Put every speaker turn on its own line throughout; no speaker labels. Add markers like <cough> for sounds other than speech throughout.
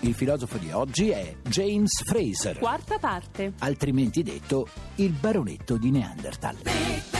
Il filosofo di oggi è James Fraser,
Quarta parte.
altrimenti detto il baronetto di Neanderthal.
Eh,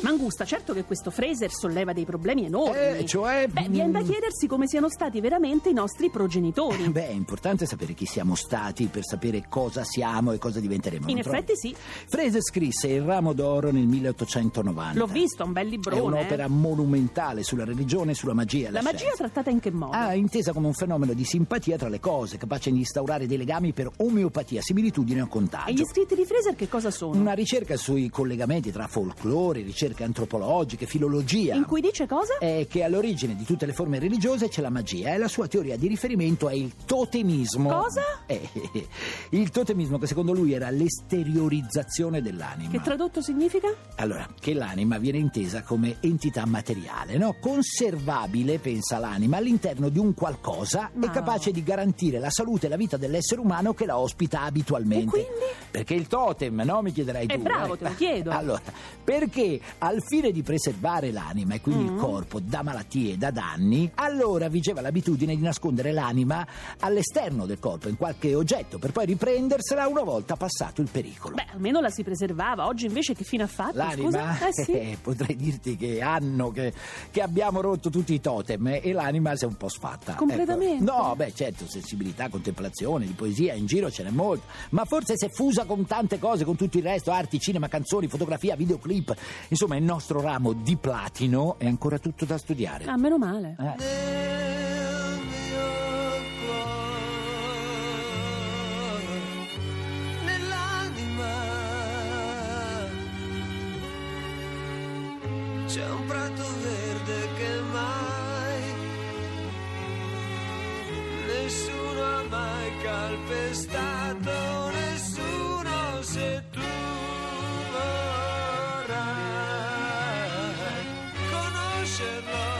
Mangusta, certo che questo Fraser solleva dei problemi enormi.
Eh, cioè,
Beh,
mm,
viene da chiedersi come siano stati veramente i nostri progenitori.
Eh, Beh, è importante sapere chi siamo stati per sapere cosa siamo e cosa diventeremo.
In
non trovi?
effetti sì,
Fraser scrisse Il ramo d'oro nel 1890.
l'ho visto, è un bel
È
librone.
un'opera
eh.
monumentale sulla religione e sulla magia.
La magia
scienza.
trattata in che modo?
Ah, intesa come un fenomeno di simpatia tra le cose, capace di instaurare dei legami per omeopatia, similitudine o
e gli
contagio.
scritti di Fraser che cosa sono?
Una ricerca sui collegamenti tra folklore, ricerche antropologiche, filologia.
In cui dice cosa?
È che all'origine di tutte le forme religiose c'è la magia e la sua teoria di riferimento è il totemismo.
Cosa?
Eh, eh, eh. il totemismo che secondo lui era l'esteriorizzazione dell'anima.
Che tradotto significa?
Allora, che l'anima viene intesa come entità materiale, no? Conservabile, pensa l'anima, all'interno di un qualcosa
Ma-
e capace di garantire la salute e la vita dell'essere umano che la ospita abitualmente.
E quindi?
Perché il totem, no? Mi chiederai
Eh,
tu.
bravo, te lo chiedo.
<laughs> Allora, perché al fine di preservare l'anima e quindi
Mm.
il corpo da malattie e da danni, allora vigeva l'abitudine di nascondere l'anima all'esterno del corpo, in qualche oggetto, per poi riprendersela una volta passato il pericolo.
Beh, almeno la si preservava, oggi invece che fine ha fatto?
L'anima,
Scusa? Eh
<laughs>
sì.
eh, potrei dirti che hanno che, che abbiamo rotto tutti i totem eh, e l'anima si è un po' sfatta.
Completamente?
Ecco. No, beh, certo, sensibilità, contemplazione, di poesia in giro ce n'è molto, ma forse se fusa con tante cose, con tutto il resto, arti, cinema, canzoni, fotografia, videoclip, insomma, il nostro ramo di platino è ancora tutto da studiare.
Ah, meno male.
Eh.
C'è un prato verde che mai nessuno ha mai calpestato, nessuno se tu vorrai conoscerlo.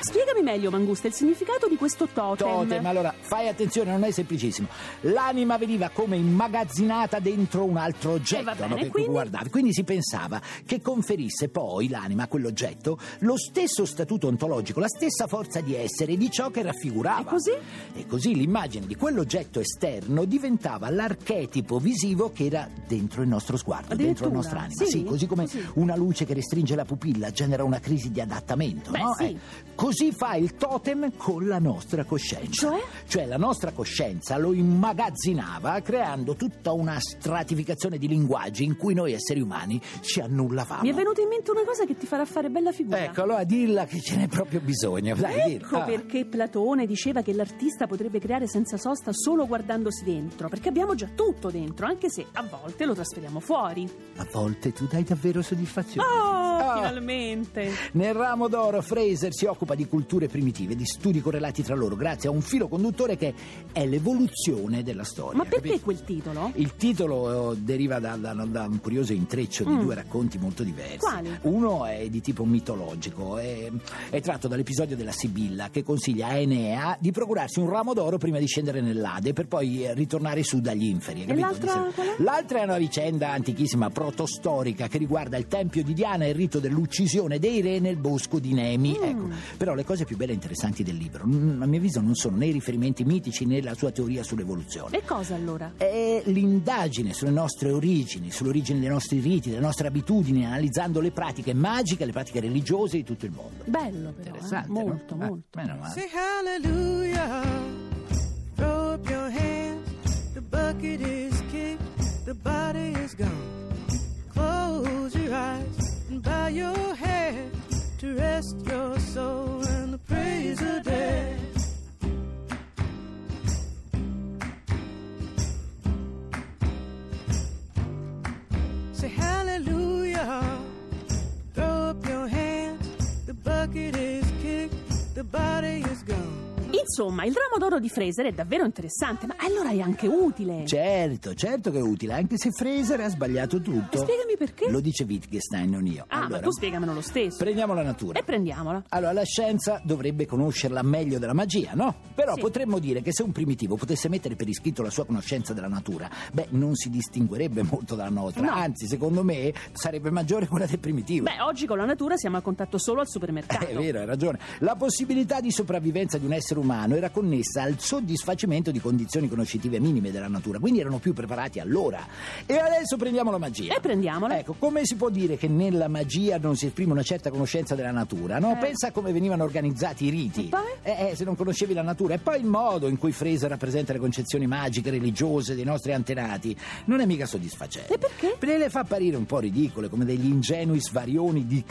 Spiegami meglio, Mangusta, il significato di questo totem.
Totem, allora fai attenzione, non è semplicissimo. L'anima veniva come immagazzinata dentro un altro oggetto
Eh, va bene,
no, che tu
quindi?
guardavi. Quindi si pensava che conferisse poi l'anima a quell'oggetto lo stesso statuto ontologico, la stessa forza di essere di ciò che raffigurava.
E così?
E così l'immagine di quell'oggetto esterno diventava l'archetipo visivo che era dentro il nostro sguardo, dentro
Addirittura?
la nostra anima.
Sì?
così come
Così?
una luce che restringe la pupilla genera una crisi di adattamento.
Beh,
no?
sì.
Eh, Così fa il totem con la nostra coscienza.
Cioè?
la nostra coscienza lo immagazzinava creando tutta una stratificazione di linguaggi in cui noi esseri umani ci annullavamo.
Mi è venuta in mente una cosa che ti farà fare bella figura.
Ecco, allora dilla che ce n'è proprio bisogno. Dai,
Ecco
dilla. Ah.
perché Platone diceva che l'artista potrebbe creare senza sosta solo guardandosi dentro, perché abbiamo già tutto dentro, anche se a volte lo trasferiamo fuori.
A volte tu dai davvero soddisfazione.
Oh,
Ah.
finalmente!
Nel ramo d'oro Fraser si occupa di culture primitive, di studi correlati tra loro, grazie a un filo conduttore che è l'evoluzione della storia.
Ma perché
capito?
quel titolo?
Il titolo eh, deriva da, da- da un curioso intreccio di
Mm.
due racconti molto diversi.
Quali?
Uno è di tipo mitologico, è, è tratto dall'episodio della Sibilla che consiglia a Enea di procurarsi un ramo d'oro prima di scendere nell'Ade per poi eh, ritornare su dagli inferi. hai
E
capito?
l'altra
Di se-
qual è?
L'altra è una vicenda antichissima, protostorica, che riguarda il tempio di Diana e il rito dell'uccisione dei re nel bosco di Nemi.
Mm.
Ecco. Però le cose più belle e interessanti del libro, mm, a mio avviso, non sono né i riferimenti mitici né la sua teoria sull'evoluzione
E cosa allora?
è l'indagine sulle nostre origini, sull'origine dei nostri riti, delle nostre abitudini, analizzando le pratiche magiche, le pratiche religiose di tutto il mondo.
Bello però, eh?
Interessante, no?
molto,
Ah,
molto.
meno male.
Say hallelujah. Throw up your hands. The bucket is kicked. The body is gone. Close your eyes and bow your head to rest your soul in the praise of death. Say hallelujah. Throw body is gone.
Insomma, il ramo d'oro di Fraser è davvero interessante, ma allora è anche utile.
Certo, certo che è utile, anche se Fraser ha sbagliato tutto.
E spiegami perché.
Lo dice Wittgenstein, non io.
Ah,
Allora,
ma tu spiegamelo lo stesso.
Prendiamo la natura.
e prendiamola.
Allora, la scienza dovrebbe conoscerla meglio della magia, no? Però
Sì.
potremmo dire che se un primitivo potesse mettere per iscritto la sua conoscenza della natura, beh, non si distinguerebbe molto dalla nostra.
No.
Anzi, secondo me, sarebbe maggiore quella del primitivo.
Beh, oggi con la natura siamo a contatto solo al supermercato.
<laughs> È vero, hai ragione. La possibilità di sopravvivenza di un essere umano era connessa al soddisfacimento di condizioni conoscitive minime della natura, quindi erano più preparati allora. E adesso prendiamo la magia.
E prendiamola.
Ecco, come si può dire che nella magia non si esprime una certa conoscenza della natura? No?
Eh.
Pensa a come venivano organizzati i riti.
E poi?
Eh, eh, se non conoscevi la natura. E poi il modo in cui Fraser rappresenta le concezioni magiche, religiose dei nostri antenati. Non è mica soddisfacente.
E perché?
Perché le fa apparire un po' ridicole, come degli ingenui svarioni di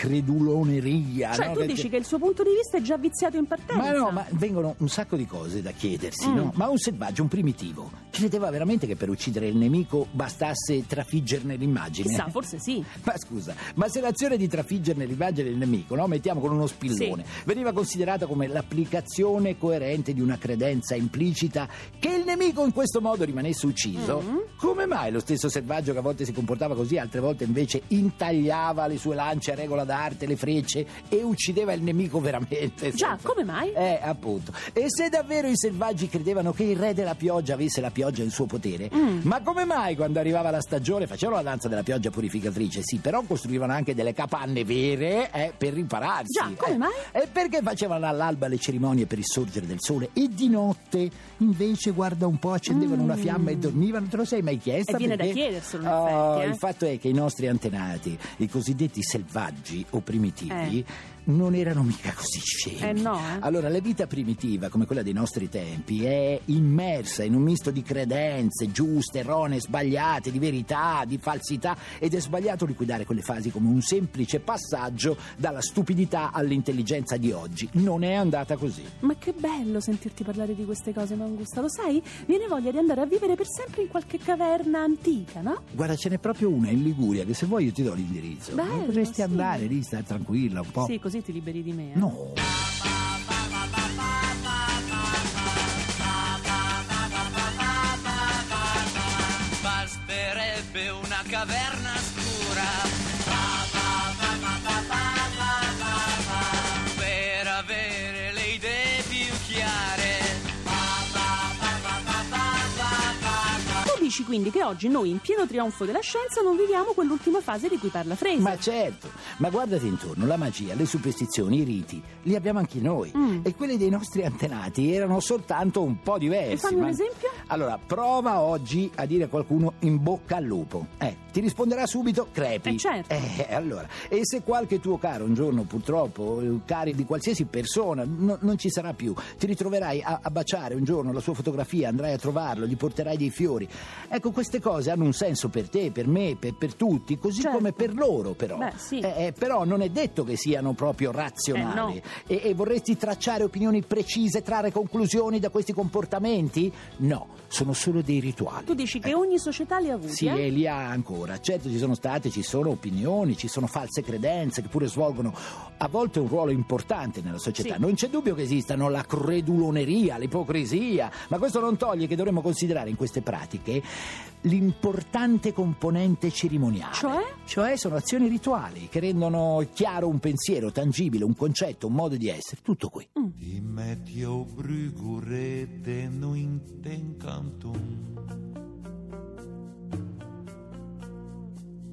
creduloneria.
Cioè,
Ah, no?
tu
Che-
dici che il suo punto di vista è già viziato in partenza.
Ma no, ma vengono un sacco di cose da chiedersi,
Mm.
no? Ma un selvaggio, un primitivo, credeva veramente che per uccidere il nemico bastasse trafiggerne l'immagine?
Chissà, forse sì.
<laughs> Ma scusa, ma se l'azione di trafiggerne l'immagine del nemico, no? Mettiamo con uno spillone, veniva considerata come l'applicazione coerente di una credenza implicita che il nemico in questo modo rimanesse ucciso,
Mm.
come mai lo stesso selvaggio che a volte si comportava così, altre volte invece intagliava le sue lance a regola d'arte, le frecce e uccideva il nemico veramente?
Già,
senza-
come mai?
eh, appunto. E se davvero i selvaggi credevano che il re della pioggia avesse la pioggia in suo potere,
Mm.
ma come mai quando arrivava la stagione facevano la danza della pioggia purificatrice? Sì, però costruivano anche delle capanne vere eh, per ripararsi.
Già, come
Eh,
mai?
E perché facevano all'alba le cerimonie per il sorgere del sole e di notte invece, guarda un po', accendevano
Mm.
una fiamma e dormivano? Te lo sei mai chiesto?
E viene da
perché?
chiederselo, in
Oh,
effetti, eh.
il fatto è che i nostri antenati, i cosiddetti selvaggi o primitivi,
Eh.
non erano mica così scemi.
Eh no, eh.
Allora, la vita primitiva, come quella dei nostri tempi, è immersa in un misto di credenze giuste, erronee, sbagliate, di verità, di falsità ed è sbagliato liquidare quelle fasi come un semplice passaggio dalla stupidità all'intelligenza di oggi. Non è andata così.
Ma che bello sentirti parlare di queste cose, Mangusta, lo sai? Viene voglia di andare a vivere per sempre in qualche caverna antica, no?
Guarda, ce n'è proprio una in Liguria che se vuoi io ti do l'indirizzo.
Bello,
Non potresti
sì.
andare lì, star tranquilla un po'.
Sì, così ti liberi di me. eh.
No.
basterebbe una caverna scura per avere le idee più chiare.
Tu dici quindi che oggi noi, in pieno trionfo della scienza, non viviamo quell'ultima fase di cui parla Fraser.
Ma certo, ma guardati intorno, la magia, le superstizioni, i riti, li abbiamo anche noi.
Mm.
E quelli dei nostri antenati erano soltanto un po' diversi.
E fammi un
eh, ma-
esempio?
Allora, prova oggi a dire a qualcuno in bocca al lupo. Eh, ti risponderà subito crepi.
Eh, certo.
Eh, allora, e se qualche tuo caro un giorno purtroppo, eh, cari di qualsiasi persona, no- non ci sarà più, ti ritroverai a, a baciare un giorno la sua fotografia, andrai a trovarlo, gli porterai dei fiori. Ecco, queste cose hanno un senso per te, per me, per, per tutti, così
Certo.
come per loro però.
Beh, sì.
Eh, eh, però non è detto che siano proprio razionali.
Eh,
e, e vorresti tracciare opinioni precise, trarre conclusioni da questi comportamenti? No, sono solo dei rituali.
Tu dici che
Eh,
ogni società li ha avuti,
sì,
eh?
e li ha ancora. Certo, ci sono state, ci sono opinioni, ci sono false credenze che pure svolgono a volte un ruolo importante nella società.
Sì.
Non c'è dubbio che esistano la creduloneria, l'ipocrisia, ma questo non toglie che dovremmo considerare in queste pratiche l'importante componente cerimoniale.
Cioè?
Cioè sono azioni rituali che rendono chiaro un pensiero tangibile, un concetto, un modo di essere, tutto qui.
Die meteo brugurete nu intencantum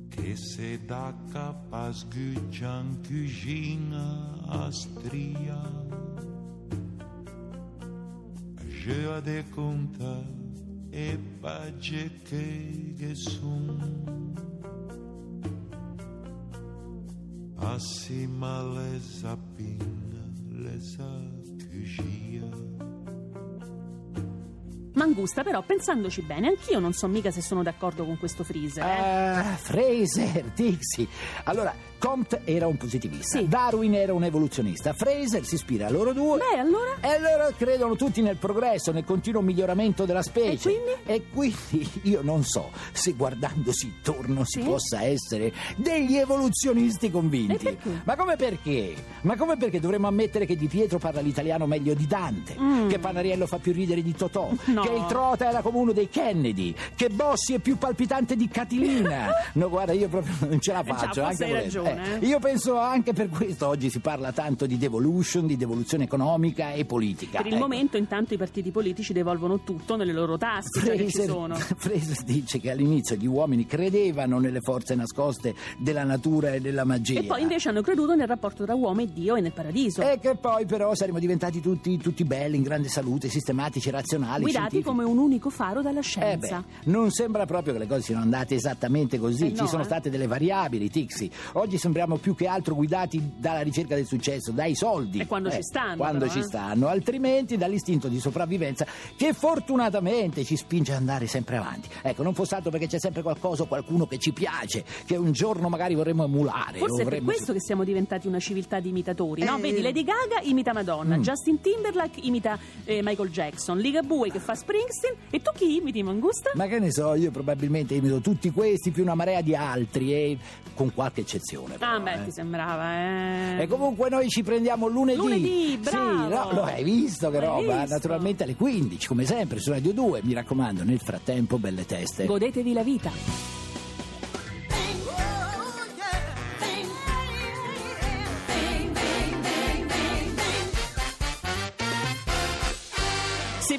Che se da capas gugian gugina astria Je a de conta e page che gesum Acima les apina, les acugia.
Mangusta, però, pensandoci bene, anch'io Eh? non so mica se sono d'accordo con questo Freezer. eh.
<laughs> Ah, Fraser, Dixie. Allora, Comte era un positivista,
Sì.
Darwin era un evoluzionista, Fraser si ispira a loro due.
Beh, allora?
E loro credono tutti nel progresso, nel continuo miglioramento della specie. E quindi? <laughs> io non so se guardandosi intorno si
Sì?
possa essere degli evoluzionisti convinti.
E perché?
Ma come perché? Ma come perché dovremmo ammettere che Di Pietro parla l'italiano meglio di Dante,
Mm.
che Panariello fa più ridere di Totò,
No.
che il Trota era come uno dei Kennedy, che Bossi è più palpitante
<laughs>
di Catilina. no, guarda, io proprio non ce la
Eh, già, forse
faccio. anche
hai
volendo.
ragione, eh.
io penso anche per questo oggi si parla tanto di devolution, di devoluzione economica e politica.
Per il
Ecco.
momento intanto i partiti politici devolvono tutto nelle loro tasche, già che ci sono.
<laughs> Fraser dice che all'inizio gli uomini credevano nelle forze nascoste della natura e della magia.
E poi invece hanno creduto nel rapporto tra uomo e Dio e nel paradiso.
E che poi però saremmo diventati tutti, tutti belli, in grande salute, sistematici, razionali,
guidati
scientifici.
come un unico faro dalla
Eh
scienza.
beh, non sembra proprio che le cose siano andate esattamente così,
Eh
ci
no,
sono
eh.
state delle variabili, Tixi. Oggi sembriamo più che altro guidati dalla ricerca del successo, dai soldi.
E quando
Eh,
ci stanno,
Quando
però,
ci
eh.
stanno, altrimenti dall'istinto di sopravvivenza che fortunatamente ci spinge ad andare sempre avanti. Ecco, non fosse altro perché c'è sempre qualcosa o qualcuno che ci piace, che un giorno magari vorremmo emulare. o
Forse è per
eh, vorremmo-
questo che siamo diventati una civiltà di imitatori, no?
Eh.
Vedi, Lady Gaga imita Madonna,
Mm.
Justin Timberlake imita eh, Michael Jackson, Ligabue che fa Springsteen e tu chi imiti Mangusta?
Ma che ne so, io probabilmente imito tutti questi più una marea di altri e con qualche eccezione.
ah,
però,
beh,
eh.
ti sembrava, eh.
E comunque noi ci prendiamo lunedì.
Lunedì,
Sì,
bravo.
no, lo hai visto che
L'hai
roba?
visto.
Naturalmente alle 15, come sempre, su Radio 2. Mi raccomando, nel frattempo, belle teste.
Godetevi la vita. Se